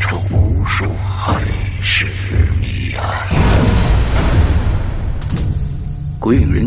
出无数海市谜案。鬼影人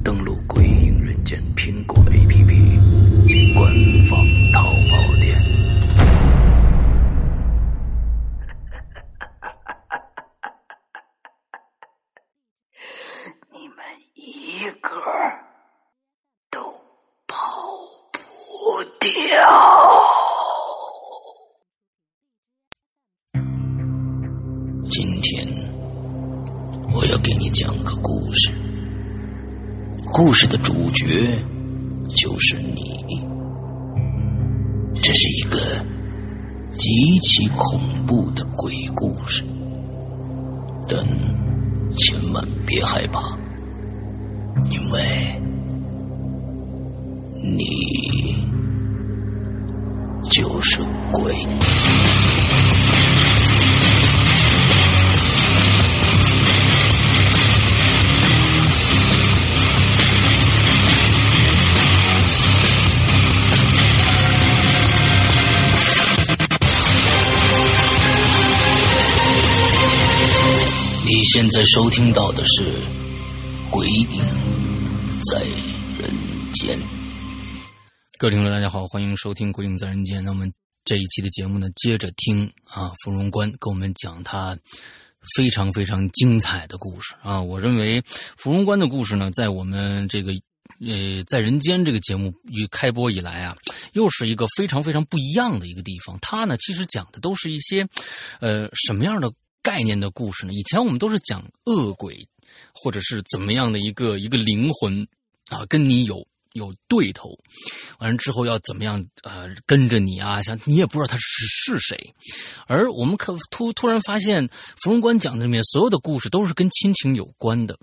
登录《鬼影人间》苹果 APP 及官方淘宝店。你们一个都跑不掉。今天我要给你讲个故事，故事的主角就是你。这是一个极其恐怖的鬼故事，但千万别害怕，因为你就是鬼。你现在收听到的是《鬼影在人间》。各位听众，大家好，欢迎收听《鬼影在人间》。那么这一期的节目呢，接着听啊，芙蓉关给我们讲他非常非常精彩的故事啊。我认为芙蓉关的故事呢，在我们这个呃在人间这个节目一开播以来啊，又是一个非常非常不一样的一个地方。它呢，其实讲的都是一些呃什么样的概念的故事呢？以前我们都是讲恶鬼，或者是怎么样的一个一个灵魂啊，跟你有有对头，完了之后要怎么样呃跟着你啊，像你也不知道他是是谁。而我们可突突然发现，芙蓉关讲的里面所有的故事都是跟亲情有关的，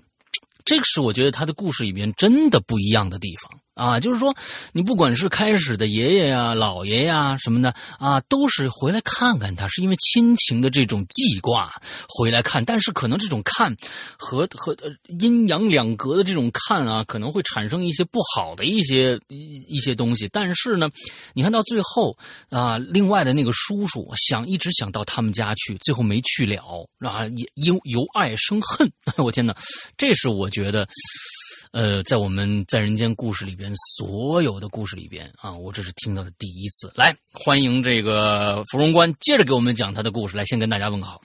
这个是我觉得他的故事里面真的不一样的地方啊，就是说，你不管是开始的爷爷呀、姥爷呀什么的啊，都是回来看看他，是因为亲情的这种记挂回来看，但是可能这种看和和呃阴阳两隔的这种看啊，可能会产生一些不好的一些一一些东西，但是呢，你看到最后啊，另外的那个叔叔想一直想到他们家去，最后没去了啊，也因由爱生恨。 我天哪，这是我觉得，呃，在我们在人间故事里边所有的故事里边啊，我这是听到的第一次。来，欢迎这个芙蓉关接着给我们讲他的故事。来，先跟大家问个好。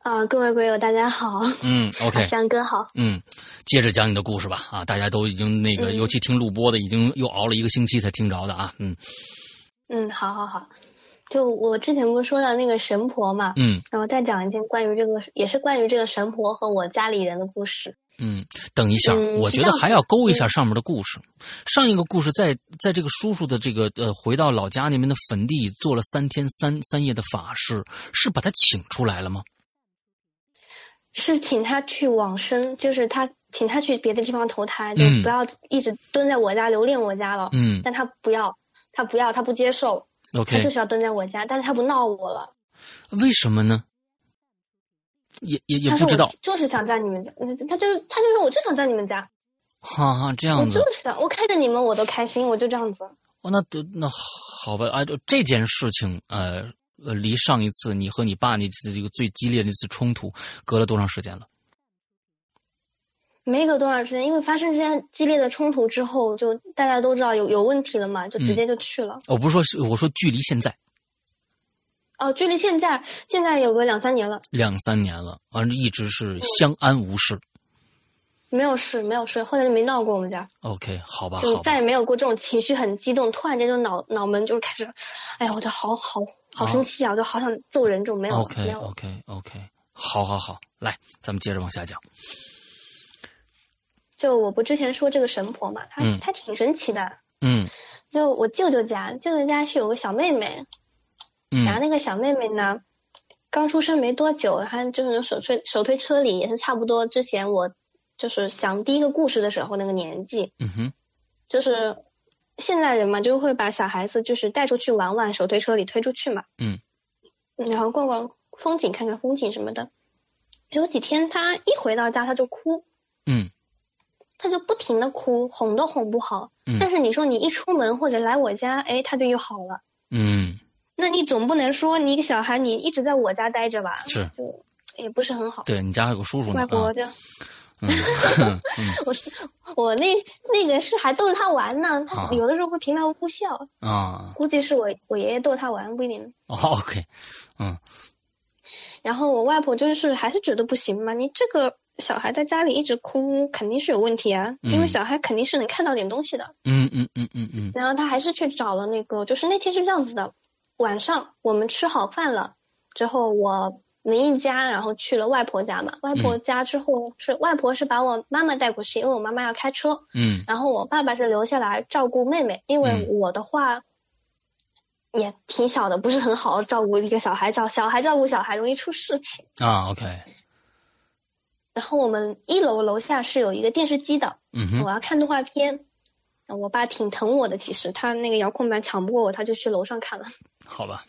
啊、各位鬼友大家好，嗯，OK，山哥好，嗯，接着讲你的故事吧。啊，大家都已经那个，嗯尤其听录播的，已经又熬了一个星期才听着的啊。嗯嗯，好好好，就我之前不是说到那个神婆嘛，嗯然后再讲一件关于这个，也是关于这个神婆和我家里人的故事。嗯，等一下，嗯我是觉这得样子嗯还要勾一下上面的故事。上一个故事在在这个叔叔的这个呃，回到老家那边的坟地做了三天三三夜的法事，是把他请出来了吗？是请他去往生，就是他请他去别的地方投胎，就嗯不要一直蹲在我家留恋我家了。嗯但他不要，他不要，他不接受，他就，OK，是要蹲在我家，但是他不闹我了。为什么呢？也也也他不说知道我，就是想在你们家，嗯他就是他就说我就想在你们家，哈哈，这我样子就。是想我看着你们我都开心，我就这样子。哦，那得那好吧，啊，这件事情，呃呃，离上一次你和你爸那次这个最激烈的一次冲突，隔了多长时间了？没隔多长时间，因为发生之间激烈的冲突之后，就大家都知道有有问题了嘛，就嗯直接就去了。我、哦不是说是，我说距离现在哦，距离现在现在有个两三年了，两三年了，完了一直嗯是相安无事。没有事，没有事，后来就没闹过我们家， OK，好吧，就啊好再吧，也没有过这种情绪很激动，突然间就脑脑门就是开始，哎呀，我啊就好好好生气啊，我就好想揍人，这种没有 OK 哦没有。 OK OK，好好好，来，咱们接着往下讲。就我不之前说这个神婆嘛，她、嗯她挺神奇的。嗯就我舅舅家，舅舅家是有个小妹妹，然嗯后那个小妹妹呢，刚出生没多久，她就是手推手推车里，也是差不多之前我就是讲第一个故事的时候那个年纪，嗯哼就是现在人嘛，就会把小孩子就是带出去玩玩，手推车里推出去嘛，嗯嗯，然后逛逛风景，看看风景什么的。有几天她一回到家，她就哭，嗯她就不停的哭，哄都哄不好。嗯但是你说你一出门或者来我家，哎，她就又好了。嗯，那你总不能说你一个小孩你一直在我家待着吧？是就也不是很好。对你家还有个叔叔呢外啊婆，就、嗯嗯 我是我那那个是还逗他玩呢，啊他有的时候会平白无故笑， 啊估计是我我爷爷逗他玩不一定。哦，OK，嗯然后我外婆就是还是觉得不行嘛，你这个小孩在家里一直哭肯定是有问题啊，嗯因为小孩肯定是能看到点东西的。嗯嗯嗯嗯嗯然后他还是去找了那个，就是那天是这样子的，晚上我们吃好饭了之后，我们一家然后去了外婆家嘛。外婆家之后是、外婆是把我妈妈带过去，因为我妈妈要开车，嗯然后我爸爸是留下来照顾妹妹，因为我的话。也挺小的，不是很好照顾一个小孩，照小孩照顾小孩容易出事情。啊，OK，然后我们一楼楼下是有一个电视机的，嗯哼我要看动画片。我爸挺疼我的，其实他那个遥控板抢不过我，他就去楼上看了。好吧，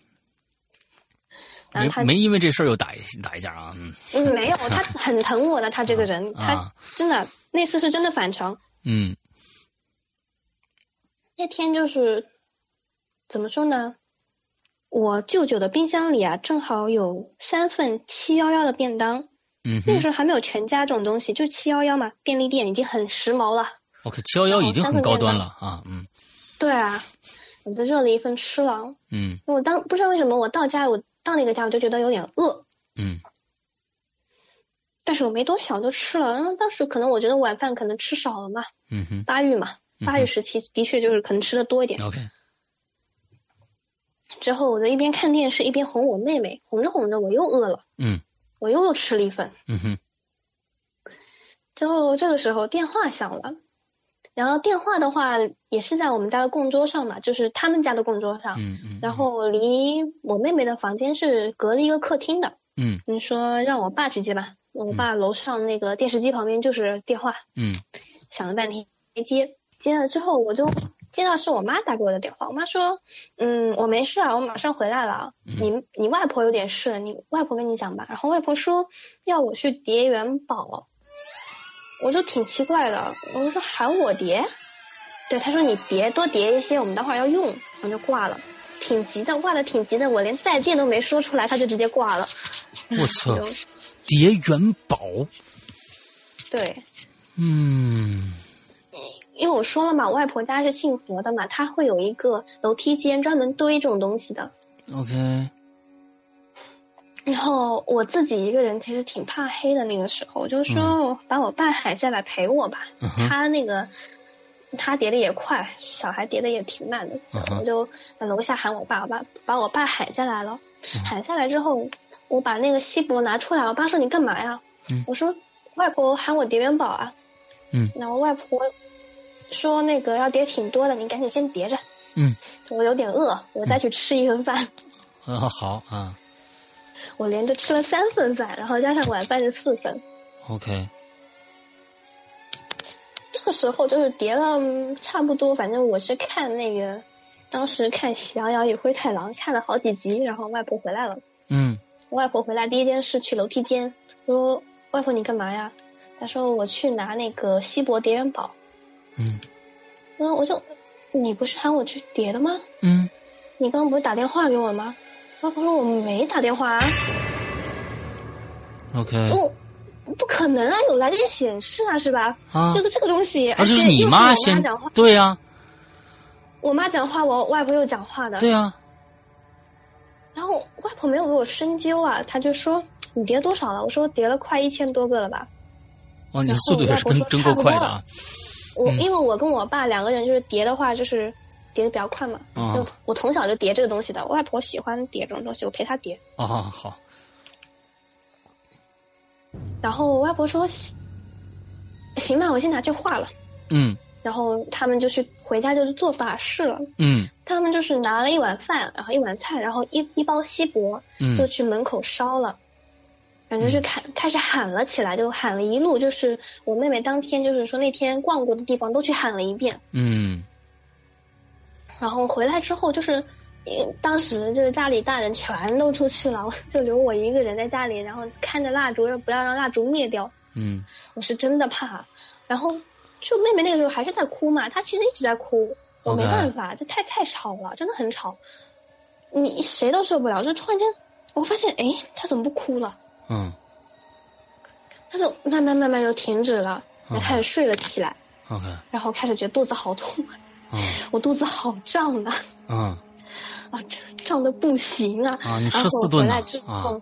然后没他没因为这事儿又打一打一架啊，嗯嗯没有， 他很疼我的，他这个人，啊他真的那次是真的反常。嗯那天就是怎么说呢？我舅舅的冰箱里啊，正好有三份七幺幺的便当。嗯那哼个时候还没有全家这种东西，就七幺幺嘛，便利店已经很时髦了。 ，OK，七幺幺已经很高端了啊，嗯对啊，我就热了一份吃了。嗯我当不知道为什么，我到家我到那个家我就觉得有点饿，嗯但是我没多想就吃了。然后当时可能我觉得晚饭可能吃少了嘛，嗯哼发育嘛，发育时期的确就是可能吃的多一点。 ，OK，之后我就一边看电视一边哄我妹妹，哄着哄着我又饿了，嗯我又又吃了一份。嗯哼之后这个时候电话响了，然后电话的话也是在我们家的供桌上嘛，就是他们家的供桌上。嗯嗯，然后离我妹妹的房间是隔了一个客厅的。嗯你说让我爸去接吧，我爸楼上那个电视机旁边就是电话，嗯响了半天没接，接了之后我就接到是我妈打给我的电话，我妈说，嗯，我没事啊，我马上回来了，嗯你你外婆有点事，你外婆跟你讲吧。然后外婆说要我去叠元宝，我就挺奇怪的，我就说喊我叠，对，她说你叠多叠一些，我们待会儿要用，我就挂了。挺急的，挂的挺急的，我连再见都没说出来，她就直接挂了。我操，就叠元宝，对，嗯因为我说了嘛，我外婆家是信佛的嘛，她会有一个楼梯间专门堆这种东西的。 ，OK，然后我自己一个人其实挺怕黑的，那个时候我就说把我爸 喊下来陪我吧，嗯哼他那个他叠的也快，小孩叠的也挺慢的，嗯哼我就在楼下喊我爸，我爸把我爸喊下来了，嗯喊下来之后，我把那个锡箔拿出来，我爸说你干嘛呀？嗯我说外婆喊我叠元宝啊，嗯然后外婆说那个要叠挺多的，你赶紧先叠着，嗯，我有点饿，我再去吃一份饭。 啊好啊我连着吃了三份饭，然后加上晚饭是四份。 ，OK，这个时候就是叠了嗯差不多，反正我是看那个，当时看《喜羊羊与灰太狼》看了好几集，然后外婆回来了。嗯我外婆回来第一件事去楼梯间，我说：“外婆你干嘛呀？”她说：“我去拿那个锡箔叠元宝。嗯”然后我就：“你不是喊我去叠的吗？嗯，你刚刚不是打电话给我吗？”外婆说：“我没打电话啊。” ，OK，我不可能啊，有来电显示啊，是吧？啊这个这个东西，而且且又是是你我妈妈先讲话，，对呀我妈讲话，我外婆又讲话的。对呀，然后外婆没有给我深究啊，她就说你叠多少了？我说叠了快一千多个了吧。哦，你然的后速度也是我外真婆真说够差不快多的了啊，我、嗯因为我跟我爸两个人就是叠的话，就是叠的比较快嘛。啊就我从小就叠这个东西的，我外婆喜欢叠这种东西，我陪她叠。哦好，然后我外婆说：“行吧，我先拿去化了。”嗯然后他们就去回家就去做法事了。嗯他们就是拿了一碗饭，然后一碗菜，然后一一包锡箔，就嗯去门口烧了。然后就是开开始喊了起来，就喊了一路，就是我妹妹当天就是说那天逛过的地方都去喊了一遍。嗯然后回来之后就是，呃当时就是家里大人全都出去了，我 就留我一个人在家里，然后看着蜡烛，让不要让蜡烛灭掉。嗯我是真的怕。然后就妹妹那个时候还是在哭嘛，她其实一直在哭，我 OK 没办法，就太太吵了，真的很吵，你谁都受不了。就突然间，我发现，哎，她怎么不哭了？嗯她就慢慢慢慢就停止了，嗯然后开始睡了起来， ，OK，然后开始觉得肚子好痛，嗯我肚子好胀啊，嗯啊，胀胀的不行啊。啊，你然吃后四回顿呢来之啊后，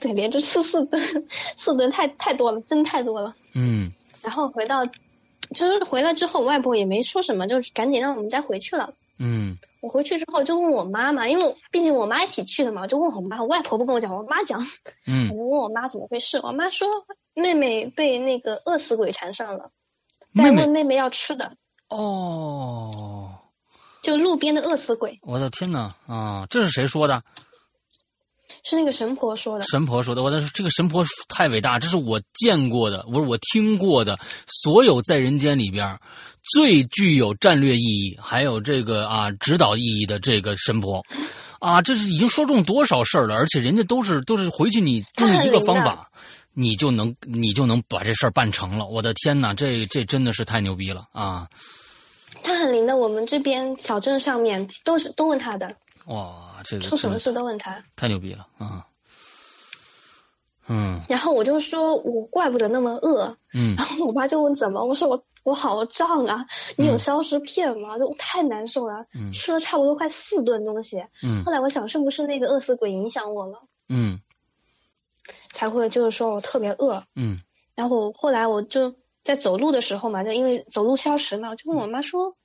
对，连着四四顿， 四顿太太多了，真太多了。嗯然后回到，就是回来之后，我外婆也没说什么，就是赶紧让我们再回去了。嗯我回去之后就问我妈妈，因为毕竟我妈一起去的嘛，我就问我妈，我外婆不跟我讲，我妈讲，我嗯就问我妈怎么回事。我妈说妹妹被那个饿死鬼缠上了，妹在妹问妹妹要吃的，哦，就路边的饿死鬼我的天哪啊，这是谁说的？是那个神婆说的，神婆说的，我的这个神婆太伟大，这是我见过的，不是我听过的，所有在人间里边儿最具有战略意义，还有这个啊指导意义的这个神婆，啊，这是已经说中多少事儿了，而且人家都是都是回去你她用很一个灵方的法，你就能你就能把这事儿办成了，我的天哪，这这真的是太牛逼了啊！她很灵的，我们这边小镇上面都是都问她的，哇，这个出什真么的事都问她。太牛逼了啊！嗯然后我就说我怪不得那么饿， 嗯然后我爸就问怎么，我说我我好胀啊，你有嗯消食片吗？就太难受了，嗯吃了差不多快四顿东西。嗯后来我想是不是那个饿死鬼影响我了，嗯才会就是说我特别饿。嗯然后我后来我就在走路的时候嘛，就因为走路消食嘛，我就问我妈说：“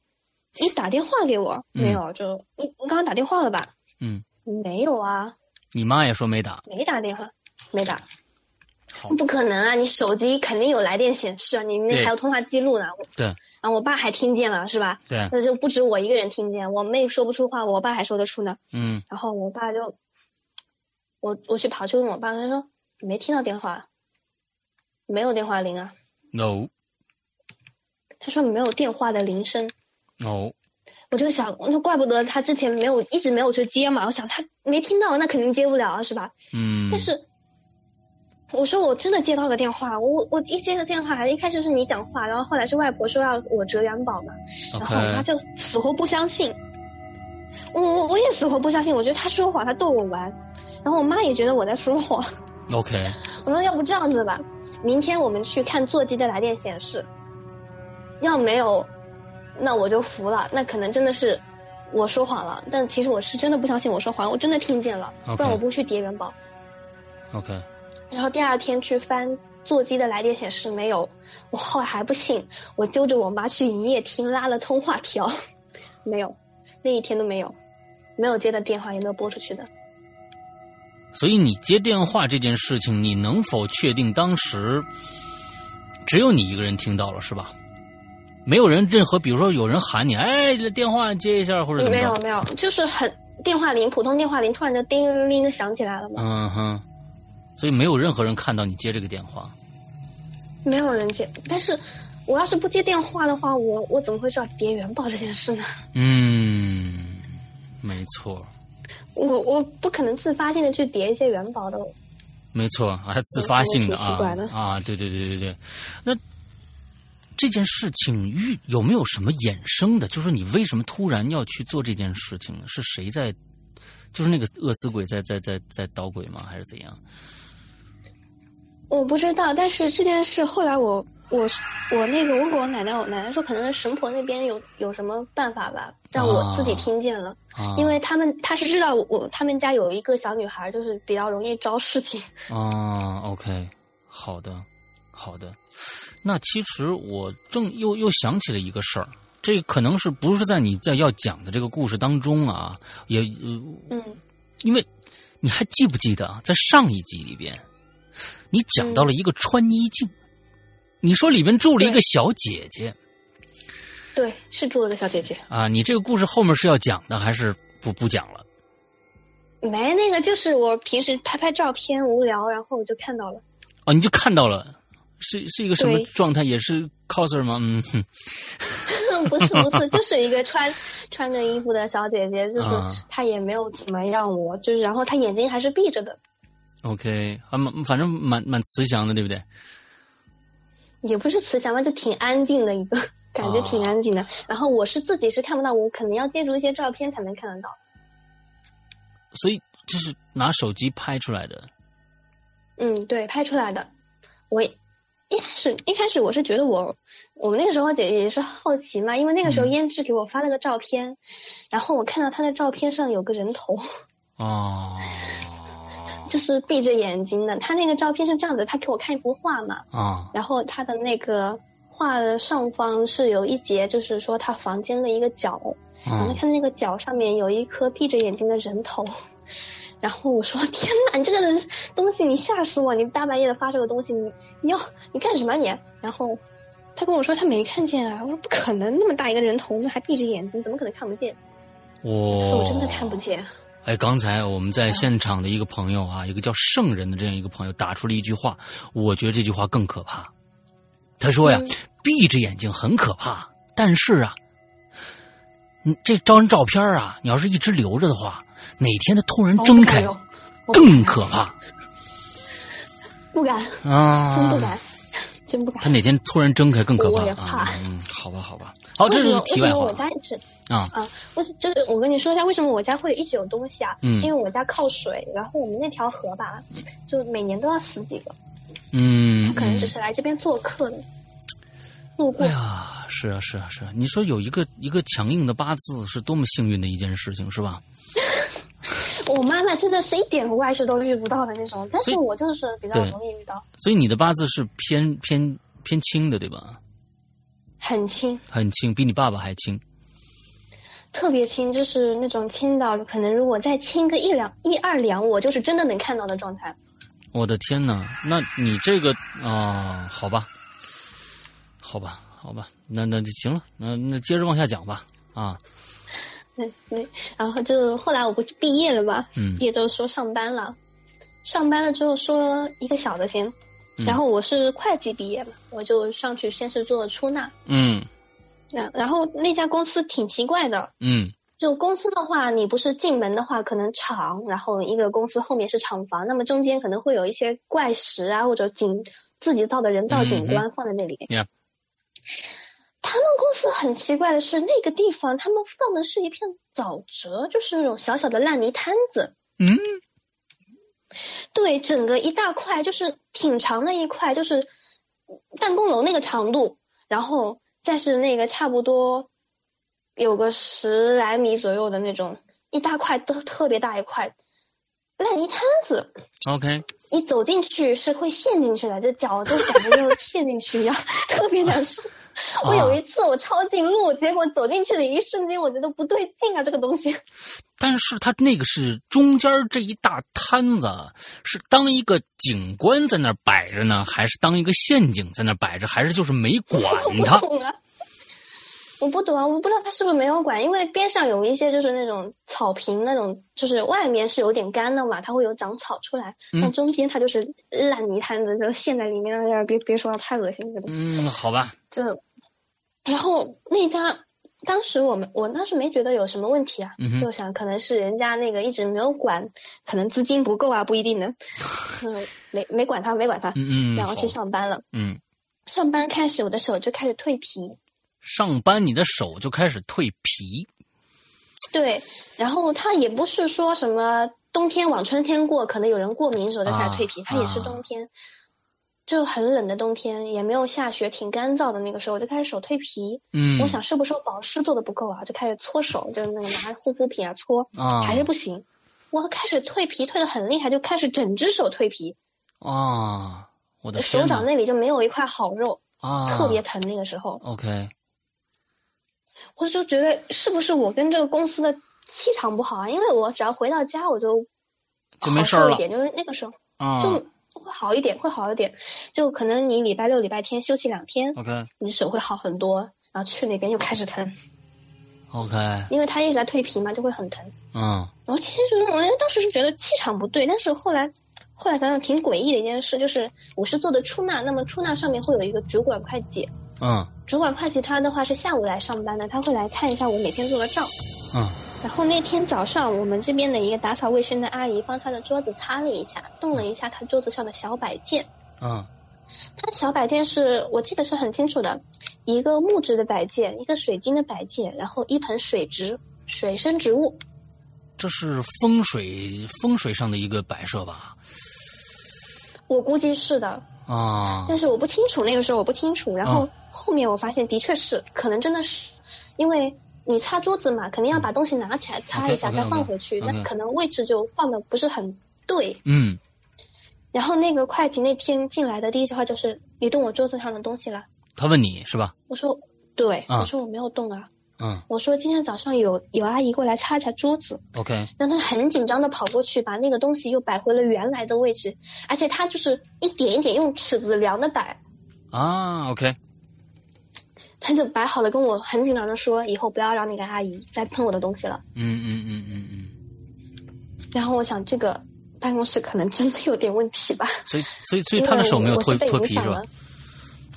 你打电话给我嗯没有？就你你刚刚打电话了吧？嗯，没有啊，你妈也说没打，没打电话，没打。好不可能啊！你手机肯定有来电显示啊，你那对还有通话记录呢。对然后我爸还听见了，是吧？对，那就不止我一个人听见，我妹说不出话，我爸还说得出呢。嗯然后我爸就，我我去跑去问我爸，他说没听到电话，啊没有电话铃啊。 ，no 他说没有电话的铃声。 no，我就想，那怪不得他之前没有一直没有去接嘛。我想他没听到，那肯定接不了啊，是吧？嗯，但是我说我真的接到了电话，我我一接到电话，一开始是你讲话，然后后来是外婆说要我折元宝嘛。然 OK，后我妈就死活不相信，我我我也死活不相信，我觉得她说谎，她逗我玩，然后我妈也觉得我在说谎， OK，我说要不这样子吧，明天我们去看座机的来电显示，要没有，那我就服了，那可能真的是我说谎了，但其实我是真的不相信我说谎，我真的听见了，不然 OK 我不去叠元宝。 OK，然后第二天去翻座机的来电显示没有，我后来还不信，我揪着我妈去营业厅拉了通话条，没有，那一天都没有，没有接的电话，也没有拨出去的。所以你接电话这件事情，你能否确定当时只有你一个人听到了是吧？没有人任何，比如说有人喊你，哎，这电话接一下或者怎么没有着？没有，就是很电话铃，普通电话铃突然就叮铃铃的响起来了嘛，嗯哼，所以没有任何人看到你接这个电话。没有人接。但是我要是不接电话的话，我我怎么会知道叠元宝这件事呢？ 嗯，没错，我我不可能自发性的去叠一些元宝的。没错，还自发性的挺哦奇啊怪的啊，对对对对对。那这件事情遇有没有什么衍生的？就是你为什么突然要去做这件事情呢？是谁在？就是那个饿死鬼在在在在捣鬼吗？还是怎样？我不知道，但是这件事后来我我我那个问过我奶奶，我奶奶说可能是神婆那边有有什么办法吧，让我自己听见了，啊，因为他们他是知道我我他们家有一个小女孩，就是比较容易招事情， 啊，OK，好的，好的。那其实我正又又想起了一个事儿，这可能是不是在你在要讲的这个故事当中啊？也呃嗯，因为你还记不记得啊在上一集里边，你讲到了嗯一个穿衣镜，你说里面住了一个小姐姐对，是住了个小姐姐，啊，你这个故事后面是要讲的还是不不讲了？没那个就是我平时拍拍照片无聊，然后我就看到了，哦，你就看到了，是是一个什么对状态？也是 coser 吗？嗯，哼 不是不 是，就是一个穿穿着衣服的小姐姐，就是啊她也没有怎么样我，就是然后她眼睛还是闭着的， OK，还蛮反正蛮蛮慈祥的，对不对？也不是慈祥吧，就挺安静的一个，感觉啊挺安静的。然后我是自己是看不到，我可能要借助一些照片才能看得到。所以这是拿手机拍出来的。嗯，对，拍出来的。我一开始一开始我是觉得我我们那个时候也也是好奇嘛，因为那个时候嗯胭脂给我发了个照片，然后我看到他的照片上有个人头，哦， 就是闭着眼睛的。他那个照片是这样子，他给我看一幅画嘛，啊，然后他的那个画的上方是有一节，就是说他房间的一个角，然后嗯，看那个脚上面有一颗闭着眼睛的人头， 然后我说：“天哪，你这个东西，你吓死我！你大半夜的发这个东西，你你要你干什么啊你？”然后他跟我说他没看见啊，我说不可能，那么大一个人头，那还闭着眼睛，怎么可能看不见？他说我我真的看不。见。哎，刚才我们在现场的一个朋友啊，一个叫圣人的这样一个朋友打出了一句话，我觉得这句话更可怕。他说呀，嗯闭着眼睛很可怕，但是啊，你这张照片啊，你要是一直留着的话，哪天它突然哦睁开，，我不敢更可怕不敢，啊！真不敢，真不敢他。哪天突然睁开更可我怕也啊怕！嗯，好吧，好吧，好，哦这为什是么为题什外么话我家一直啊。啊，为什就是我跟你说一下，为什么我家会一直有东西啊？嗯因为我家靠水，然后我们那条河吧，就每年都要死几个，嗯，他可能嗯只是来这边做客的，路过哎。呀，是啊，是啊，是啊！你说有一个一个强硬的八字是多么幸运的一件事情，是吧？我妈妈真的是一点怪事都遇不到的那种，但所以是我就是比较对容易遇到，所以你的八字是偏偏偏轻的，对吧？很轻，很轻，比你爸爸还轻。特别轻，就是那种轻到可能如果再轻个一两一二两，我就是真的能看到的状态。我的天哪！那你这个啊、好吧，好吧，好吧，那那就行了，那那接着往下讲吧。啊，对嗯对，然后就后来我不是毕业了嘛，嗯毕业就是说上班了，上班了之后说一个小的先，嗯然后我是会计毕业嘛，我就上去先是做出纳，嗯然然后那家公司挺奇怪的，嗯就公司的话，你不是进门的话，可能厂，然后一个公司后面是厂房，那么中间可能会有一些怪石啊，或者景自己造的人造景观放在那里。嗯 Yeah 他们公司很奇怪的是，那个地方他们放的是一片沼泽，就是那种小小的烂泥滩子。嗯，对，整个一大块就是挺长的一块，就是嗯办公楼那个长度，然后再是那个差不多有个十来米左右的那种一大块，特特别大一块烂泥滩子。 ，OK，你走进去是会陷进去的，就脚就感觉就陷进去一样， 特别难受。我有一次我抄近路，结果走进去的一瞬间，我觉得不对劲啊，这个东西。但是它那个是中间这一大摊子，是当一个景观在那儿摆着呢，还是当一个陷阱在那儿摆着，还是就是没管我 不它？懂啊， 我不懂啊，我不知道他是不是没有管，因为边上有一些就是那种草坪，那种就是外面是有点干的嘛，它会有长草出来，嗯但中间它就是烂泥滩子，就陷在里面。哎呀，别别说了，太恶心了，这个嗯，好吧，就。然后那家，当时我们我当时没觉得有什么问题啊，嗯哼就想可能是人家那个一直没有管，可能资金不够啊，不一 定能，嗯，没没管他，没管他，嗯嗯，然后去好上班了。嗯，上班开始，我的手就开始蜕皮，上班你的手就开始蜕皮，对，然后它也不是说什么冬天往春天过，可能有人过敏时候就开始蜕皮，啊它也是冬天，就很冷的冬天，也没有下雪，挺干燥的那个时候，我就开始手蜕皮。嗯，我想是不是我保湿做的不够啊？就开始搓手，就是那个拿护肤品啊搓，啊，还是不行。我开始蜕皮，蜕的很厉害，就开始整只手蜕皮，啊，我的天手哪掌那里就没有一块好肉，啊，特别疼。那个时候， OK，我就觉得是不是我跟这个公司的气场不好啊？因为我只要回到家，我就就没事儿好受了一点，就是那个时候。啊，就会好一点，会好一点。就可能你礼拜六、礼拜天休息两天， OK 你手会好很多。然后去那边又开始疼， OK，因为它一直在蜕皮嘛，就会很疼。嗯然后其实就是我当时是觉得气场不对，但是后来后来想想挺诡异的一件事，就是我是做的出纳，那么出纳上面会有一个主管会计，嗯主管会计他的话是下午来上班的，他会来看一下我每天做的账。嗯然后那天早上，我们这边的一个打扫卫生的阿姨帮她的桌子擦了一下，动了一下她桌子上的小摆件。嗯它小摆件是我记得是很清楚的，一个木质的摆件，一个水晶的摆件，然后一盆水植水生植物。这是风水风水上的一个摆设吧？我估计是的，啊但是我不清楚，那个时候我不清楚。然后嗯后面我发现的确是，可能真的是，因为你擦桌子嘛，肯定要把东西拿起来擦一嗯下， OK，OK，OK，再放回去，那 OK 可能位置就放的不是很对。嗯然后那个会计那天进来的第一句话就是：“你动我桌子上的东西了。他问你是吧？”我说：“对。嗯我说：“我没有动啊。”嗯我说：“今天早上有有阿姨过来擦一下桌子。” ，OK，让他很紧张的跑过去，把那个东西又摆回了原来的位置，而且他就是一点一点用尺子量的摆，啊，OK，他就摆好了，跟我很紧张的说，以后不要让那个阿姨再碰我的东西了。嗯嗯嗯嗯嗯，然后我想，这个办公室可能真的有点问题吧，所以所以所以因为他的手没有我脱是被脱影皮响是吧了？。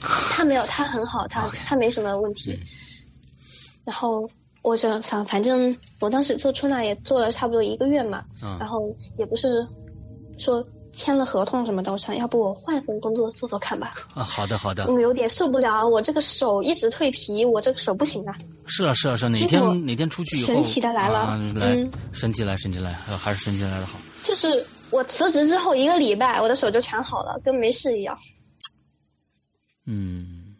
他没有，他很好，他 OK 他没什么问题嗯。然后我就想，反正我当时做出纳也做了差不多一个月嘛，然嗯后也不是说签了合同什么的，我想要不我换份工作做做看吧，啊，好的好的，我有点受不了，我这个手一直蜕皮，我这个手不行啊。是啊是啊是啊，哪结果天哪天出去以后，神奇地来了啊、来、嗯神奇来神奇来，还还是神奇来的好。就是我辞职之后一个礼拜，我的手就全好了，跟没事一样。嗯，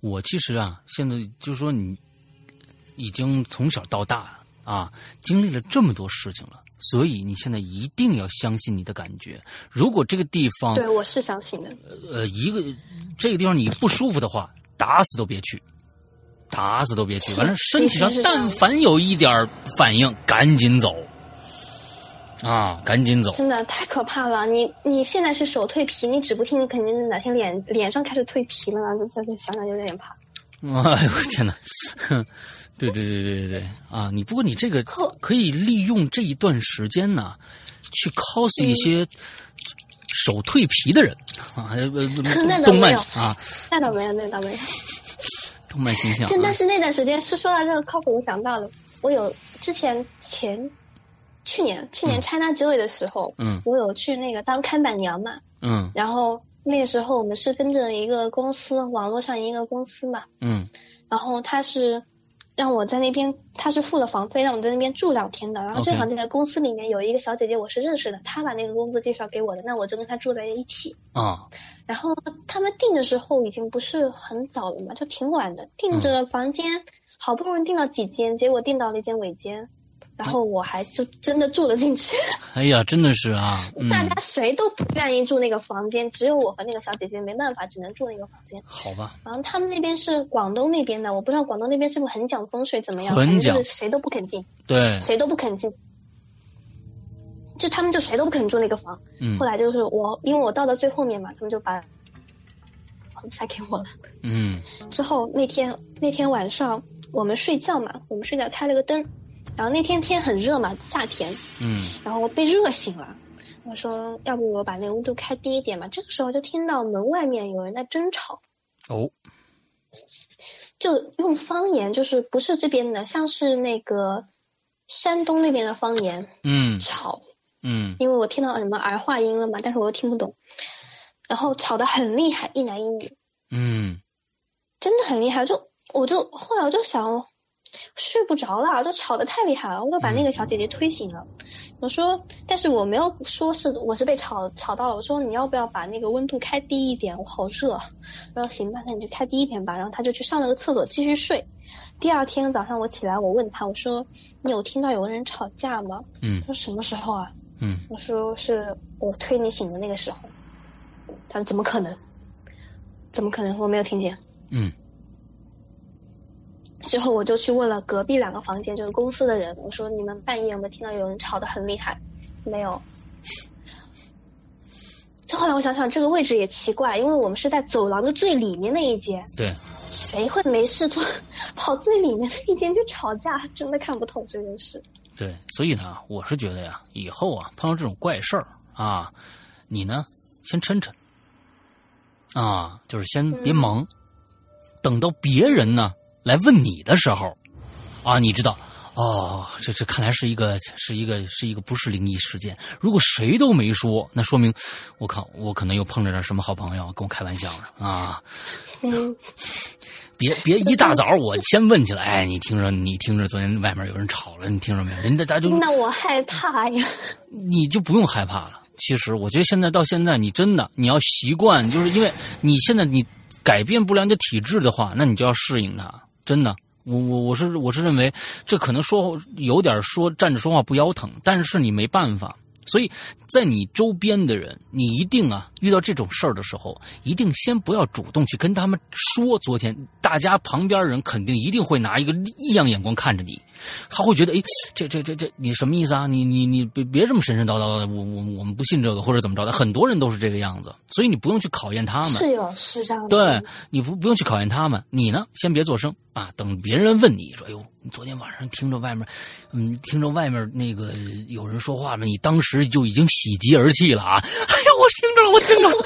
我其实啊，现在就说你已经从小到大啊，经历了这么多事情了，所以你现在一定要相信你的感觉。如果这个地方对，我是相信的。呃一个这个地方你不舒服的话，打死都别去，打死都别去。反正身体上是是是但凡有一点儿反应，赶紧走啊，赶紧走。真的太可怕了！你你现在是手蜕皮，你指不定你肯定哪天脸脸上开始蜕皮了，就现在想想有点怕。哎呦我天哪！ 哼对对对对对对啊！你不过你这个后可以利用这一段时间呢，去 cos 一些嗯手蜕皮的人啊，还有 那呃倒动没漫有啊，那倒没有，那倒没有。动漫形象真啊但是那段时间是说到这个靠谱，我想到了，我有之前前去年去年嗯 China Joy 的时候，嗯我有去那个当看板娘嘛，嗯然后那个时候我们是跟着一个公司，网络上一个公司嘛，嗯然后他是让我在那边，他是付了房费让我在那边住两天的。然后 OK 正好那个公司里面有一个小姐姐我是认识的，她把那个工作介绍给我的，那我就跟她住在一起。啊然后他们订的时候已经不是很早了嘛，就挺晚的，订嗯着房间，好不容易订到几间，结果订到了一间尾间。然后我还就真的住了进去，哎呀，真的是 啊，嗯，大家谁都不愿意住那个房间，只有我和那个小姐姐没办法，只能住那个房间。好吧，然后他们那边是广东那边的，我不知道广东那边是不是很讲风水怎么样，很反正就讲是谁都不肯进，对，谁都不肯进，就他们就谁都不肯住那个房。嗯后来就是我，因为我到了最后面嘛，他们就把房子塞给我了。嗯之后那天那天晚上我们睡觉嘛，我们睡觉开了个灯，然后那天天很热嘛，夏天，嗯然后被热醒了。我说，要不我把那个温度开低一点嘛？这个时候就听到门外面有人在争吵，哦就用方言，就是不是这边的，像是那个山东那边的方言嗯吵，嗯因为我听到什么儿化音了嘛，但是我又听不懂，然后吵得很厉害，一男一女，嗯真的很厉害，就我就后来我就想睡不着了，就吵得太厉害了，我就把那个小姐姐推醒了。我说，但是我没有说是我是被吵吵到了。我说你要不要把那个温度开低一点，我好热。然后行吧，那你就开低一点吧。然后她就去上了个厕所继续睡。第二天早上我起来，我问她，我说你有听到有个人吵架吗？嗯她说什么时候啊？嗯我说是我推你醒的那个时候。她说怎么可能？怎么可能？我没有听见。嗯之后我就去问了隔壁两个房间，就是公司的人，我说你们半夜有没有听到有人吵得很厉害？没有。就后来我想想，这个位置也奇怪，因为我们是在走廊的最里面那一间，对，谁会没事做跑最里面那一间去吵架？真的看不透这件事。对，所以呢，我是觉得呀，以后啊碰到这种怪事儿啊，你呢先抻抻，啊，就是先别忙，等到别人呢来问你的时候，啊，你知道。哦，这这看来是一个是一个是一个不是灵异事件。如果谁都没说，那说明我靠，我可能又碰着点什么好朋友跟我开玩笑呢啊！嗯，别别一大早我先问起来，哎，你听着你听着，昨天外面有人吵了，你听着没有？人家大家就那我害怕呀。你就不用害怕了。其实我觉得现在到现在，你真的你要习惯，就是因为你现在你改变不了你的体质的话，那你就要适应它，真的。我我我是我是认为，这可能说有点说站着说话不腰疼，但是你没办法，所以在你周边的人，你一定啊遇到这种事儿的时候，一定先不要主动去跟他们说。昨天大家旁边人肯定一定会拿一个异样眼光看着你，他会觉得哎，这这这这你什么意思啊？你你你别别这么神神叨叨的，我我我们不信这个或者怎么着的，很多人都是这个样子，所以你不用去考验他们。是有是这样的。对，你不不用去考验他们，你呢，先别做声啊，等别人问你说，哎呦，你昨天晚上听着外面，嗯，听着外面那个呃有人说话了，你当时就已经喜极而泣了啊！ 哎呀，我听着了，我听着了，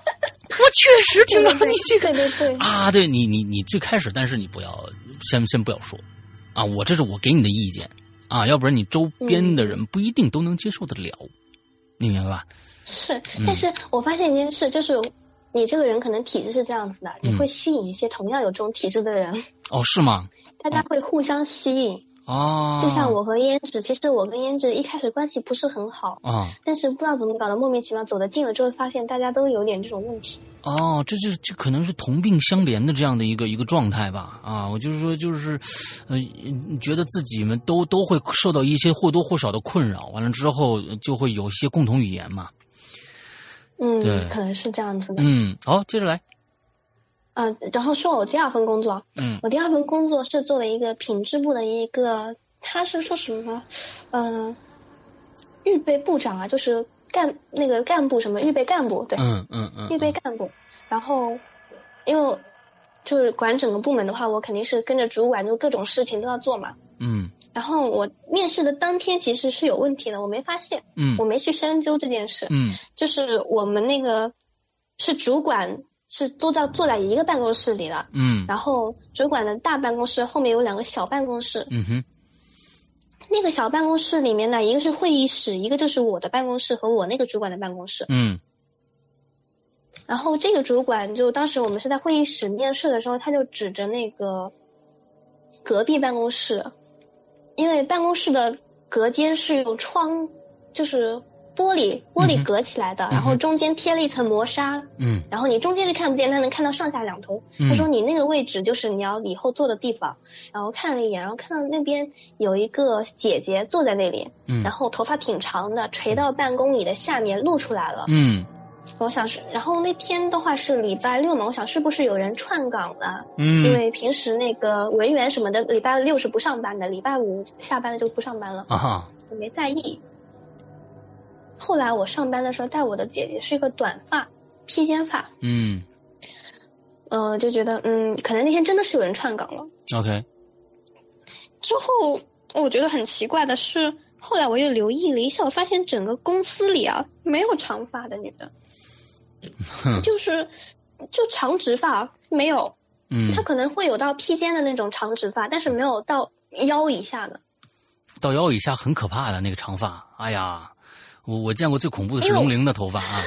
我确实听着了，你这个对对 对，啊，对你你你最开始，但是你不要先先不要说啊，我这是我给你的意见啊，要不然你周边的人不一定都能接受得了，你明白吧？是。嗯但是我发现一件事，就是你这个人可能体质是这样子的，你嗯会吸引一些同样有这种体质的人，哦，是吗？大家会互相吸引。哦，就像我和胭脂，其实我跟胭脂一开始关系不是很好，啊。但是不知道怎么搞的，莫名其妙走得近了之后，发现大家都有点这种问题。哦，这这这可能是同病相怜的这样的一个一个状态吧？啊，我就是说，就是，呃，觉得自己们都都会受到一些或多或少的困扰，完了之后呃就会有一些共同语言嘛。嗯对，可能是这样子的。嗯，好，接着来。嗯、然后说我第二份工作，嗯我第二份工作是作为一个品质部的一个，他是说什么？嗯、预备部长啊，就是干那个干部什么预备干部，对，嗯嗯嗯，预备干部。然后，因为就是管整个部门的话，我肯定是跟着主管，就各种事情都要做嘛。嗯然后我面试的当天其实是有问题的，我没发现，嗯我没去深究这件事。嗯就是我们那个是主管是都在坐在一个办公室里了，嗯然后主管的大办公室后面有两个小办公室，嗯哼那个小办公室里面呢，一个是会议室，一个就是我的办公室和我那个主管的办公室。嗯然后这个主管就当时我们是在会议室面试的时候，他就指着那个隔壁办公室，因为办公室的隔间是用窗，就是玻璃嗯哼玻璃隔起来的，哼然后中间贴了一层磨砂，嗯然后你中间是看不见，但能看到上下两头。嗯他说你那个位置就是你要以后坐的地方。然后看了一眼，然后看到那边有一个姐姐坐在那里，嗯然后头发挺长的，垂到办公椅的下面露出来了。嗯我想是，然后那天的话是礼拜六嘛，我想是不是有人串岗了？因嗯为平时那个文员什么的，礼拜六是不上班的，礼拜五下班了就不上班了。啊哈我没在意。后来我上班的时候带我的姐姐是一个短发披肩发，嗯呃，就觉得嗯，可能那天真的是有人串岗了。 OK 之后我觉得很奇怪的是，后来我又留意了一下，我发现整个公司里啊，没有长发的女的，哼就是就长直发没有，嗯她可能会有到披肩的那种长直发，但是没有到腰以下的。到腰以下很可怕的那个长发，哎呀，我我见过最恐怖的是因为我龙鳞的头发啊，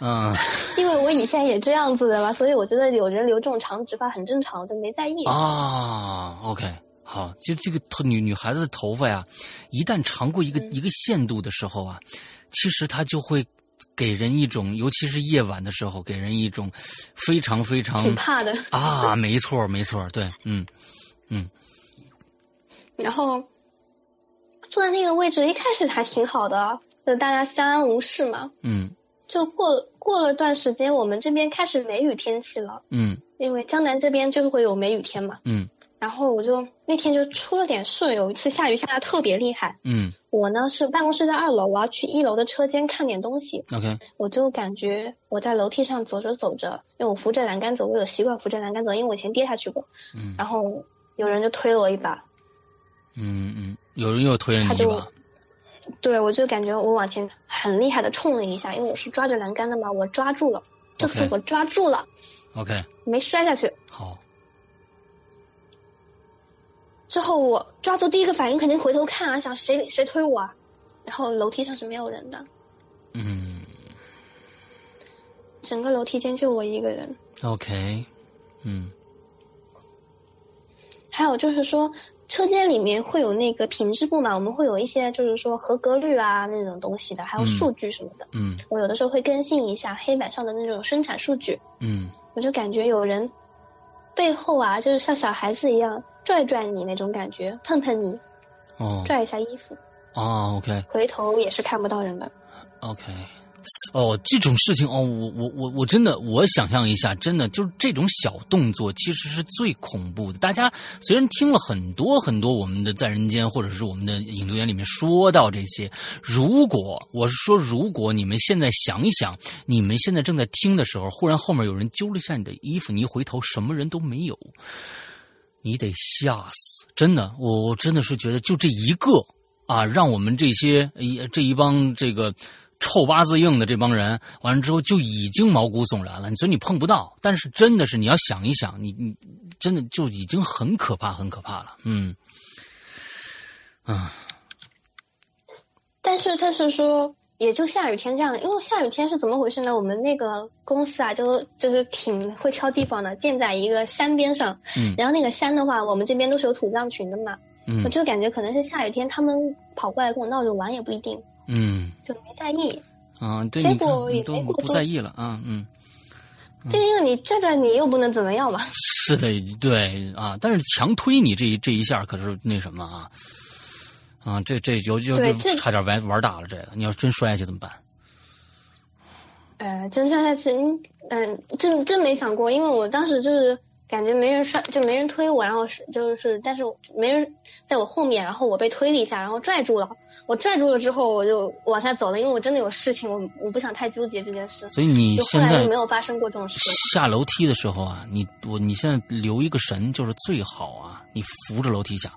嗯。因为我以前也这样子的嘛，所以我觉得有人留这种长直发很正常，我就没在意。啊，OK，好，就这个头女女孩子的头发呀，一旦长过一个、嗯一个限度的时候啊，其实它就会给人一种，尤其是夜晚的时候，给人一种非常非常挺怕的。啊，没错没错，对，嗯然后坐在那个位置，一开始还挺好的，啊就大家相安无事嘛。嗯就过过了段时间，我们这边开始梅雨天气了，嗯因为江南这边就会有梅雨天嘛。嗯然后我就那天就出了点事，有一次下雨下的特别厉害，嗯我呢是办公室在二楼，我要去一楼的车间看点东西。 OK，我就感觉我在楼梯上走着走着，因为我扶着栏杆走，我有习惯扶着栏杆走，因为我以前跌下去过。嗯然后有人就推了我一把，嗯嗯，有人又推了他你一就把，对我就感觉我往前很厉害的冲了一下，因为我是抓着栏杆的嘛，我抓住了，这次 OK 我抓住了 OK，没摔下去。好，之后我抓住第一个反应肯定回头看啊，想谁谁推我啊？然后楼梯上是没有人的，嗯整个楼梯间就我一个人。 ，OK，嗯还有就是说，车间里面会有那个品质部嘛，我们会有一些就是说合格率啊那种东西的，还有嗯数据什么的。嗯我有的时候会更新一下黑板上的那种生产数据，嗯我就感觉有人背后啊，就是像小孩子一样拽拽你那种感觉，碰碰你，哦拽一下衣服，啊 OK 回头也是看不到人的。 OK，哦，这种事情哦，我我我我真的，我想象一下，真的就是这种小动作其实是最恐怖的。大家虽然听了很多很多我们的在人间或者是我们的引流言里面说到这些，如果我是说，如果你们现在想一想，你们现在正在听的时候，忽然后面有人揪了一下你的衣服，你一回头，什么人都没有。你得吓死！真的，我我真的是觉得就这一个啊，让我们这些一这一帮这个臭八字硬的这帮人，完了之后就已经毛骨悚然了。你说你碰不到，但是真的是你要想一想，你你真的就已经很可怕，很可怕了。嗯，啊，但是他是说，也就下雨天这样，因为下雨天是怎么回事呢？我们那个公司啊，就就是挺会挑地方的，建在一个山边上。嗯然后那个山的话，我们这边都是有土葬群的嘛，我嗯就感觉可能是下雨天他们跑过来跟我闹着玩也不一定，嗯就没在意。啊，对，结你看果你也都没过不多在意了啊，嗯。就因为你拽拽你又不能怎么样嘛。是的，对啊，但是强推你这一这一下可是那什么啊，啊，这这有有对有这差点玩玩大了，这个你要真摔下去怎么办？呃，真摔下去，嗯嗯，真真没想过，因为我当时就是感觉没人摔，就没人推我，然后是就是，但是没人在我后面，然后我被推了一下，然后拽住了。我拽住了之后，我就往下走了，因为我真的有事情，我我不想太纠结这件事。所以你就后现来在就没有发生过这种事情。下楼梯的时候啊，你我你现在留一个神就是最好啊，你扶着楼梯下，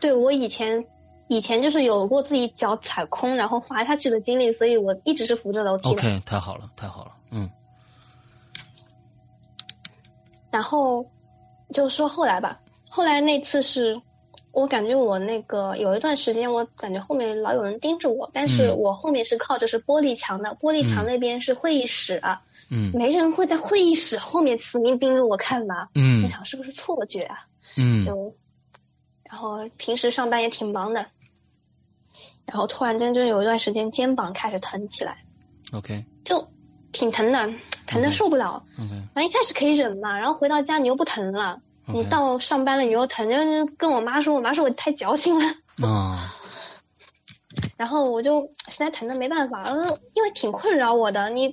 对我以前以前就是有过自己脚踩空然后滑下去的经历，所以我一直是扶着楼梯的。 OK，太好了，太好了，嗯然后就说后来吧，后来那次是我感觉我那个有一段时间，我感觉后面老有人盯着我，但是嗯我后面是靠着是玻璃墙的，玻璃墙嗯那边是会议室啊，嗯没人会在会议室后面死命盯着我看吧。我嗯想是不是错觉啊？嗯就，然后平时上班也挺忙的，然后突然间就有一段时间肩膀开始疼起来， ，OK 就挺疼的，疼的 OK 受不了。 OK 然后一开始可以忍嘛，然后回到家你又不疼了。你 OK 到上班了，你又疼，就跟我妈说，我妈说我太矫情了， 啊然后我就实在疼的没办法，然后因为挺困扰我的，你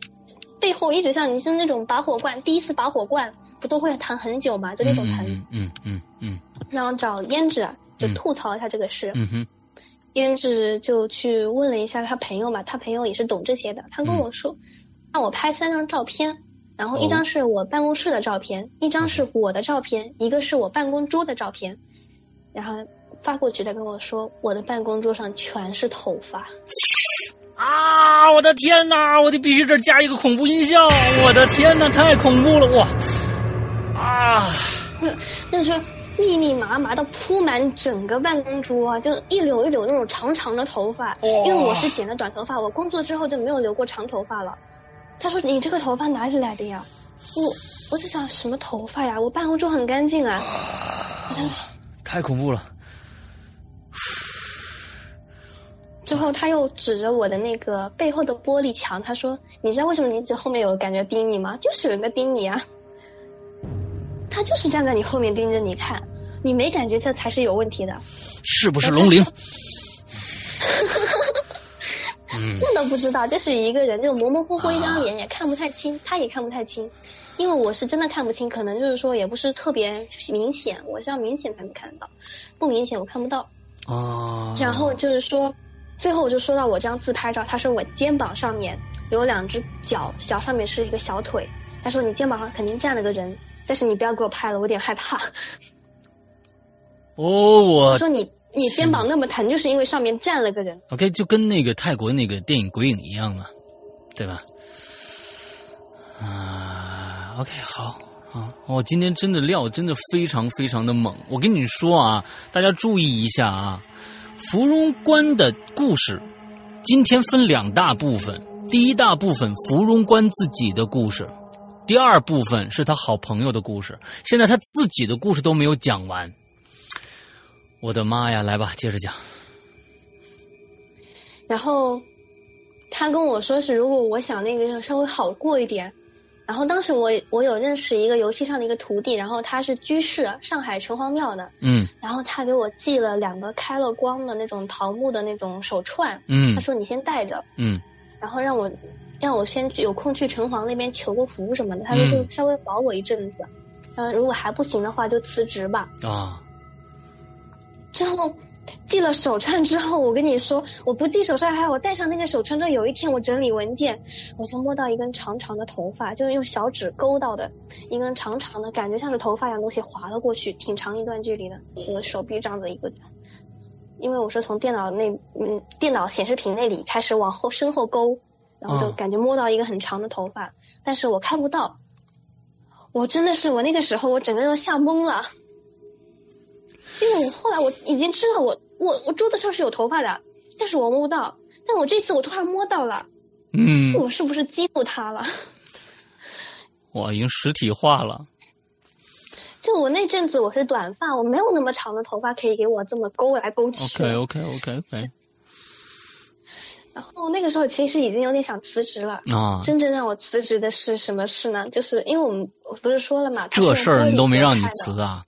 背后一直像你是那种拔火罐，第一次拔火罐不都会疼很久嘛，就那嗯种疼，嗯嗯嗯嗯然后找胭脂啊就嗯吐槽一下这个事，嗯哼胭脂就去问了一下他朋友嘛，他朋友也是懂这些的，他跟我说，让我拍三张照片，然后一张是我办公室的照片，一张是我的照片，一个是我办公桌的照片，然后发过去，他跟我说我的办公桌上全是头发，啊！我的天哪！我得必须这儿加一个恐怖音效！我的天哪，太恐怖了！哇啊！那是密密麻麻的铺满整个办公桌啊，就一绺一绺那种长长的头发。因为我是剪了短头发，我工作之后就没有留过长头发了。他说：“你这个头发哪里来的呀？”我我在想什么头发呀？我办公桌很干净啊。太恐怖了！之后他又指着我的那个背后的玻璃墙，他说：“你知道为什么你一直后面有感觉盯你吗？就是有人在盯你啊。他就是站在你后面盯着你看，你没感觉这才是有问题的。是不是龙鳞？嗯那都不知道，就是一个人就模模糊糊一啊张脸，也看不太清，他也看不太清，因为我是真的看不清，可能就是说也不是特别明显，我是要明显才能看得到，不明显我看不到。哦，然后就是说，最后我就说到我这张自拍照，他说我肩膀上面有两只脚，脚上面是一个小腿。他说你肩膀上肯定站了个人，但是你不要给我拍了，我有点害怕。哦，他我说你你肩膀那么疼，就是因为上面站了个人。 OK，就跟那个泰国那个电影《鬼影》一样嘛，对吧？啊，OK，好。好，哦，今天真的料真的非常非常的猛。我跟你说啊，大家注意一下啊，《芙蓉关》的故事今天分两大部分，第一大部分芙蓉关自己的故事，第二部分是他好朋友的故事。现在他自己的故事都没有讲完，我的妈呀！来吧，接着讲。然后他跟我说是如果我想那个稍微好过一点，然后当时我我有认识一个游戏上的一个徒弟，然后他是居士，上海城隍庙的，嗯然后他给我寄了两个开了光的那种桃木的那种手串，嗯他说你先戴着，嗯然后让我让我先有空去城隍那边求个福什么的，他说就稍微保我一阵子，然后如果还不行的话就辞职吧，啊，之后系了手串之后，我跟你说，我不系手串还好，我戴上那个手串之后，有一天我整理文件，我就摸到一根长长的头发，就是用小指勾到的一根长长的，感觉像是头发一样的东西划了过去，挺长一段距离的，我的手臂这样子一个。因为我是从电脑那嗯电脑显示屏那里开始往后身后勾，然后就嗯感觉摸到一个很长的头发，但是我看不到。我真的是我那个时候我整个人都吓懵了，因为我后来我已经知道我我我桌子上是有头发的，但是我摸不到。但我这次我突然摸到了，嗯，我是不是激怒他了？ 哇，已经实体化了。就我那阵子我是短发，我没有那么长的头发可以给我这么勾来勾去。 OK OK OK OK 然后那个时候其实已经有点想辞职了。啊，真正让我辞职的是什么事呢？就是因为我们我不是说了嘛，他是这用事儿玻璃你都没让你开的辞啊？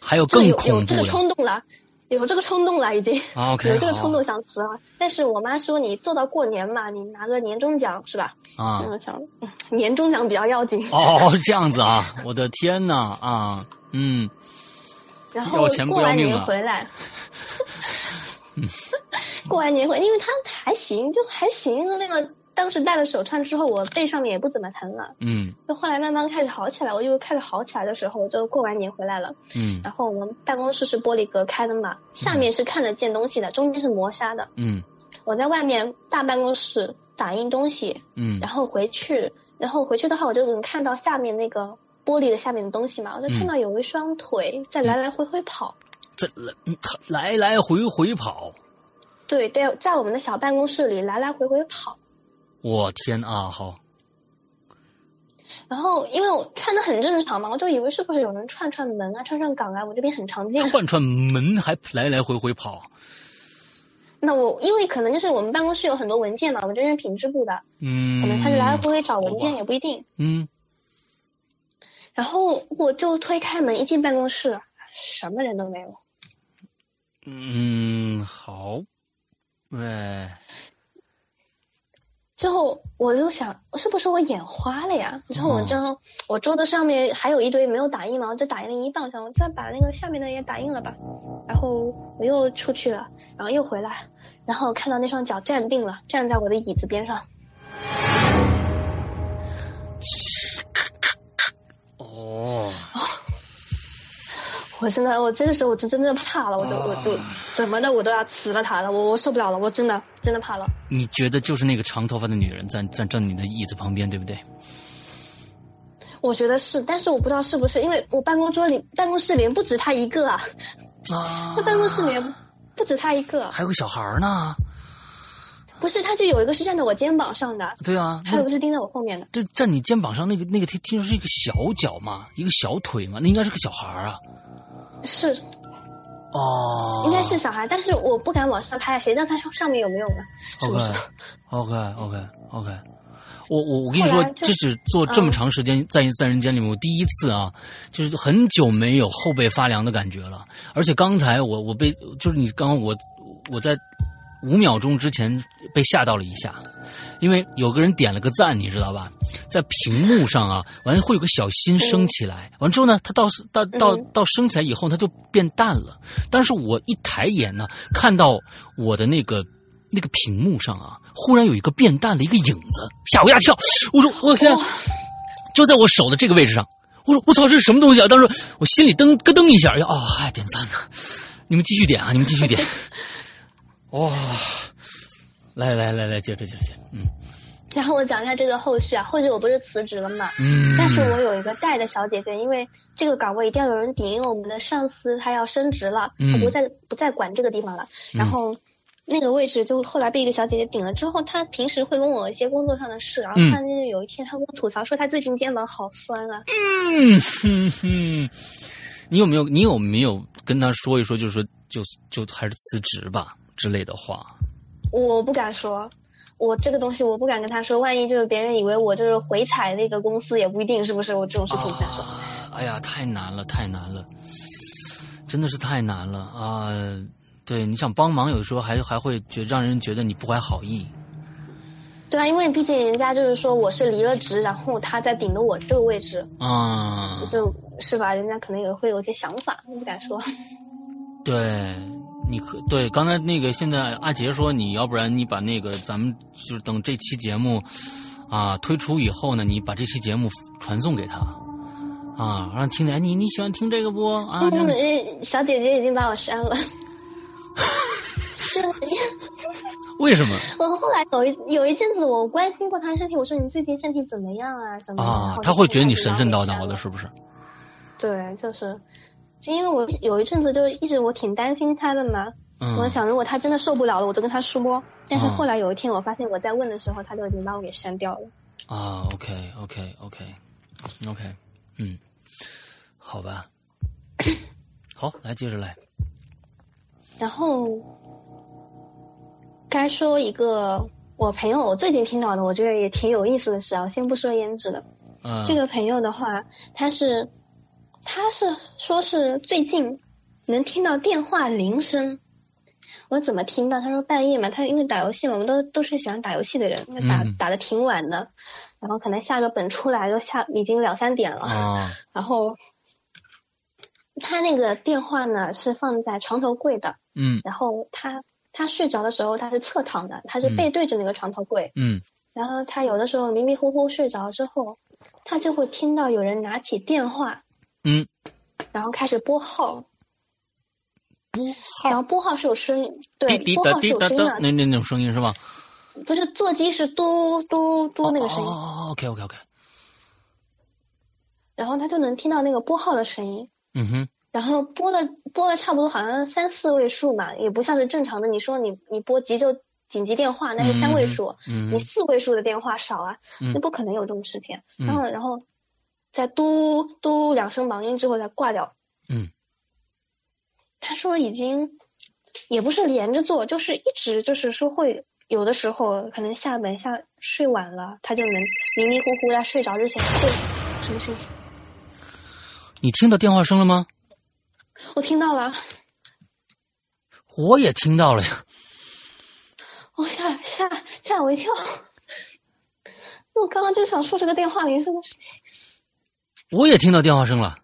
还有就更有有恐这怖个的冲动了，有这个冲动了已经。啊有！OK，这个好冲动想辞啊，但是我妈说你做到过年嘛，你拿个年终奖是吧？啊就！是想嗯年终奖比较要紧。哦，这样子啊！我的天呐啊！嗯，然要后钱不过要完命年啊嗯 回来， 过完年回，因为他还行，就还行。那个当时戴了手串之后，我背上面也不怎么疼了。嗯就后来慢慢开始好起来，我就开始好起来的时候，我就过完年回来了。嗯然后我们办公室是玻璃隔开的嘛，下面是看得见东西的，中间是磨砂的。嗯我在外面大办公室打印东西，嗯然后回去，然后回去的话，我就能看到下面那个玻璃的下面的东西嘛，我就嗯看到有一双腿在来来回回跑。这来嗯来来回回跑，对，在在我们的小办公室里来来回回跑。我天啊！好，然后因为我穿的很正常嘛，我就以为是不是有人串串门啊、串串岗啊，我这边很常见。 串串门还来来回回跑，那我因为可能就是我们办公室有很多文件嘛，我这边是品质部的，嗯，可能他是来来回回找文好件吧也不一定。嗯然后我就推开门，一进办公室，什么人都没有。嗯好，喂，之后我就想，是不是我眼花了呀？然后我正、我桌子上面还有一堆没有打印嘛，我就打印了一半，我想我再把那个下面的也打印了吧。然后我又出去了，然后又回来，然后看到那双脚站定了，站在我的椅子边上。哦，我真的，我这个时候我真真正怕了，我就我就怎么的我都要辞了他了，我我受不了了，我真的真的怕了。你觉得就是那个长头发的女人站站站你的椅子旁边，对不对？我觉得是，但是我不知道是不是，因为我办公桌里办公室里不止他一个啊，啊，那办公室里不止他一个，啊还有个小孩儿呢，不是他就有一个是站在我肩膀上的，对啊，还那有个是钉在我后面的，这站你肩膀上那个那个听听说是一个小脚嘛，一个小腿嘛，那应该是个小孩儿啊，是哦，应该是小孩，但是我不敢往上拍，谁知道他上上面有没有呢？是不 OK 是？ OK OK OK，我我我跟你说后来，就嗯这只做这么长时间在在人间里面，我第一次啊，就是很久没有后背发凉的感觉了。而且刚才我我被就是你刚刚我我在五秒钟之前被吓到了一下，因为有个人点了个赞，你知道吧？在屏幕上啊，完会有个小心升起来，完之后呢，它到到嗯到到升起来以后，它就变淡了。但是我一抬眼呢，看到我的那个那个屏幕上啊，忽然有一个变淡的一个影子，吓我一大跳。我说我啊天，就在我手的这个位置上。我说我操，这是什么东西啊？当时我心里噔咯噔一下，呀、哦，还、哎、点赞呢、啊！你们继续点啊，你们继续 点。哇、哦，来来来来，接着接着接着，嗯。然后我讲一下这个后续啊，后续我不是辞职了嘛，嗯。但是我有一个带的小姐姐，因为这个岗位一定要有人顶，因为我们的上司他要升职了，嗯、他不再不再管这个地方了，嗯、然后。那个位置就后来被一个小姐姐顶了之后，她平时会跟我一些工作上的事，然嗯后她那有一天她跟我吐槽说她最近肩膀好酸啊。嗯哼哼，你有没有你有没有跟她说一说，就是说就就还是辞职吧之类的话？我不敢说，我这个东西我不敢跟她说，万一就是别人以为我就是回踩那个公司也不一定，是不是？我这种事情不敢说、啊。哎呀，太难了，太难了，真的是太难了啊！对，你想帮忙，有时候还还会觉让人觉得你不怀好意。对啊，因为毕竟人家就是说我是离了职，然后他在顶着我这个位置，啊、嗯，就是吧？人家可能也会有些想法，不敢说。对，你可对刚才那个，现在阿杰说，你要不然你把那个咱们就是等这期节目啊推出以后呢，你把这期节目传送给他。啊，让听哎，你你喜欢听这个不？啊， 嗯、小姐姐已经把我删 了。为什么？我后来有一有一阵子，我关心过他身体，我说你最近身体怎么样啊？什么啊？他会觉得你神神叨叨的，是不是？对，就是，就因为我有一阵子就一直我挺担心他的嘛。嗯。我想，如果他真的受不了了，我就跟他说。但是后来有一天，我发现我在问的时候，他就已经把我给删掉了。啊，OK，OK，OK，OK，okay, okay, okay, 嗯，好吧，好，来接着来。然后，该说一个我朋友最近听到的，我觉得也挺有意思的事啊。我先不说胭脂的，嗯、这个朋友的话，他是他是说是最近能听到电话铃声。我怎么听到？他说半夜嘛，他因为打游戏嘛，我们都都是喜欢打游戏的人，因为打、嗯、打的挺晚的，然后可能下个本出来都下已经两三点了，哦、然后。他那个电话呢是放在床头柜的，嗯，然后他他睡着的时候他是侧躺的，他是背对着那个床头柜，嗯，然后他有的时候迷迷糊糊睡着之后，他就会听到有人拿起电话，嗯，然后开始拨号，拨号，然后拨号是有声音，对，拨号是有声音啊的，那那那种声音是吧？不是座机是嘟嘟嘟那个声音，哦，OK OK OK，然后他就能听到那个拨号的声音。嗯哼，然后拨了拨了差不多好像三四位数嘛，也不像是正常的。你说你你拨急救紧急电话那是三位数，嗯、你四位数的电话少啊，嗯、那不可能有这种事情。嗯、然后然后再嘟嘟两声忙音之后再挂掉。嗯，他说已经也不是连着做，就是一直就是说会有的时候可能下本下睡晚了，他就能迷迷糊糊在睡着之前会什么声音。你听到电话声了吗？我听到了，我也听到了呀。我吓吓吓我一跳！ 我刚刚就想说这个电话铃声的事情。我也听到电话声了。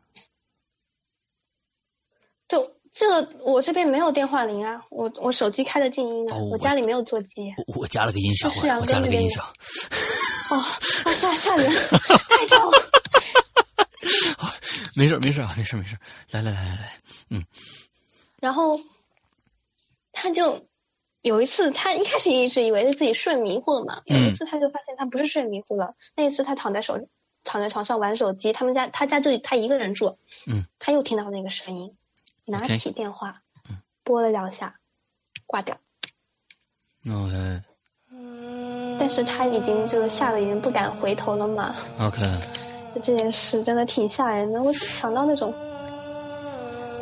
就这个，我这边没有电话铃啊，我我手机开的静音啊，哦、我家里没有座机。啊我加了个音响，是啊、我加了个音响。哦，啊吓吓人！太吓我！没事，没事啊，没事，没事。来来来来来，嗯。然后，他就有一次，他一开始一直以为是自己睡迷糊了嘛。有一次，他就发现他不是睡迷糊了。嗯、那一次，他躺在手躺在床上玩手机，他们家他家就他一个人住。嗯。他又听到那个声音，拿起电话，嗯、拨了两下，挂掉。 OK。但是他已经就是吓得已经不敢回头了嘛。 OK。就这件事真的挺吓人的，我想到那种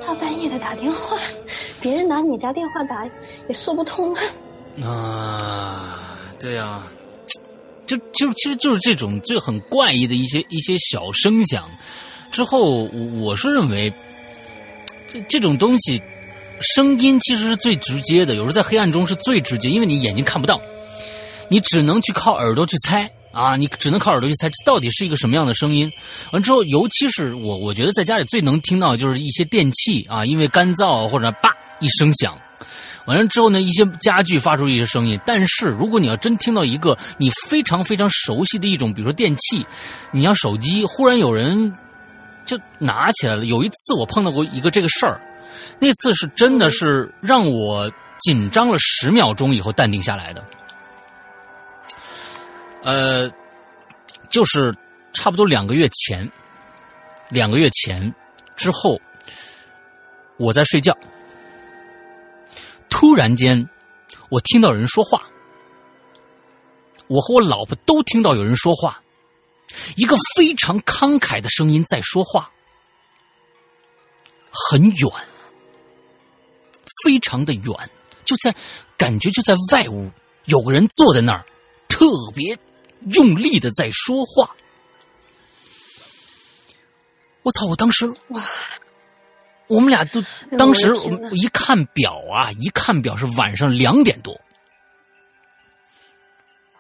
大半夜的打电话，别人拿你家电话打也说不通啊。啊，对呀、啊，就就其实就是这种最很怪异的一些一些小声响，之后我是认为这这种东西声音其实是最直接的，有时候在黑暗中是最直接，因为你眼睛看不到，你只能去靠耳朵去猜啊，你只能靠耳朵去猜这到底是一个什么样的声音。完之后，尤其是我，我觉得在家里最能听到就是一些电器啊，因为干燥或者叭一声响。完了之后呢，一些家具发出一些声音。但是如果你要真听到一个你非常非常熟悉的一种，比如说电器，你像手机，忽然有人就拿起来了。有一次我碰到过一个这个事儿，那次是真的是让我紧张了十秒钟以后淡定下来的。呃，就是差不多两个月前，两个月前之后，我在睡觉。突然间，我听到有人说话，我和我老婆都听到有人说话，一个非常慷慨的声音在说话，很远，非常的远，就在感觉就在外屋，有个人坐在那儿，特别用力的在说话。我操！我当时哇，我们俩都哎呦当时我的天哪我一看表啊，一看表是晚上两点多。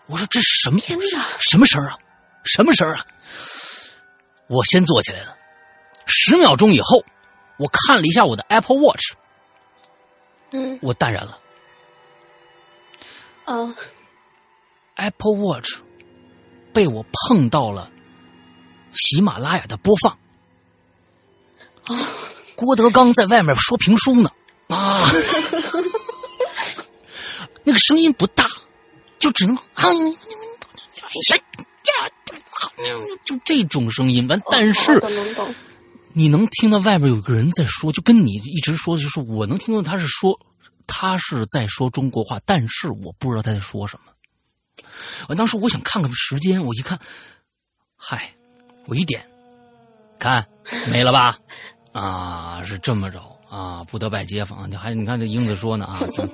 我说这什么天哪什么声儿啊？什么声儿啊？我先坐起来了，十秒钟以后，我看了一下我的 Apple Watch，嗯我淡然了。嗯 Apple Watch 被我碰到了喜马拉雅的播放，郭德纲在外面说评书呢啊，那个声音不大，就只能啊，就这种声音完，但是。哦懂懂懂，你能听到外面有个人在说，就跟你一直说，就是我能听到他是说，他是在说中国话，但是我不知道他在说什么。我当时我想看看时间，我一看，嗨，我一点，看没了吧？啊，是这么着啊，不得拜街坊。你还你看这英子说呢啊，咱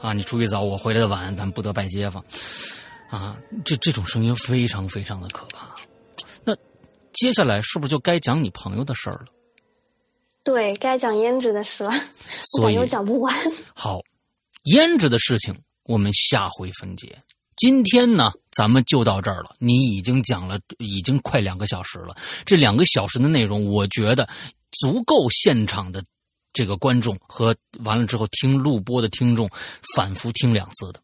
啊，你出去早，我回来的晚，咱不得拜街坊。啊，这这种声音非常非常的可怕。那接下来是不是就该讲你朋友的事儿了？对该讲胭脂的事了，我所感以觉我讲不完。好，胭脂的事情我们下回分解。今天呢，咱们就到这儿了。你已经讲了，已经快两个小时了。这两个小时的内容，我觉得足够现场的这个观众和完了之后听录播的听众反复听两次的。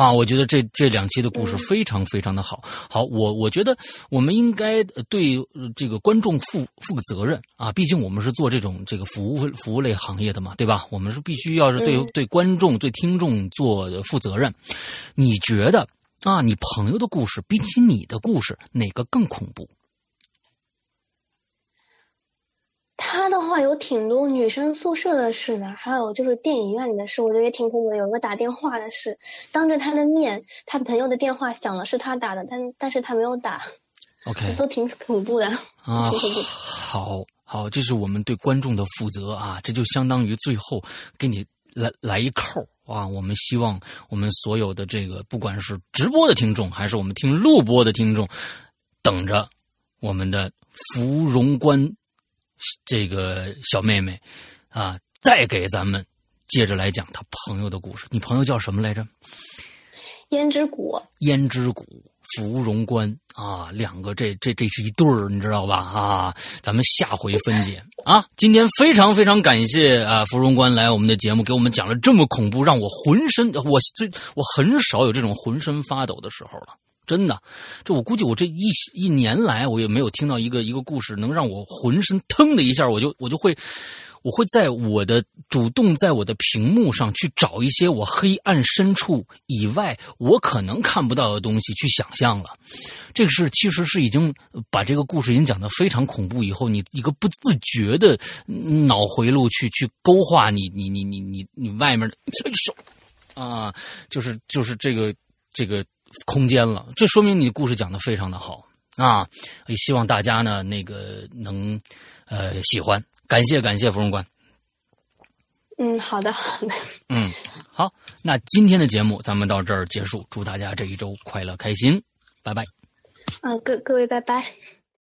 啊，我觉得这这两期的故事非常非常的好。好，我我觉得我们应该呃对呃这个观众负负个责任啊，毕竟我们是做这种这个服务服务类行业的嘛，对吧？我们是必须要是对、嗯对观众对听众做呃负责任。你觉得啊，你朋友的故事比起你的故事，哪个更恐怖？他的话有挺多女生宿舍的事的，还有就是电影院里的事，我觉得也挺恐怖的。有个打电话的事，当着他的面，他朋友的电话响了，是他打的，但但是他没有打， OK，都挺恐怖的。啊挺恐怖，好好，这是我们对观众的负责啊，这就相当于最后给你来来一扣啊。我们希望我们所有的这个，不管是直播的听众，还是我们听录播的听众，等着我们的芙蓉关这个小妹妹啊，再给咱们接着来讲她朋友的故事。你朋友叫什么来着？胭脂谷，胭脂谷、芙蓉关啊，两个这这这是一对儿，你知道吧？啊，咱们下回分解啊。今天非常非常感谢啊，芙蓉关来我们的节目，给我们讲了这么恐怖，让我浑身我最我很少有这种浑身发抖的时候了。真的，这我估计我这一一年来，我也没有听到一个一个故事能让我浑身腾的一下，我就我就会，我会在我的主动在我的屏幕上去找一些我黑暗深处以外我可能看不到的东西去想象了。这个是其实是已经把这个故事已经讲得非常恐怖，以后你一个不自觉的嗯脑回路去去勾画你你你你你你外面的哎手啊，就是就是这个这个空间了。这说明你故事讲得非常的好啊，也希望大家呢那个能呃喜欢。感谢感谢芙蓉关，嗯，好的，好的，嗯，好，那今天的节目咱们到这儿结束，祝大家这一周快乐开心，拜拜。嗯，各各位拜拜。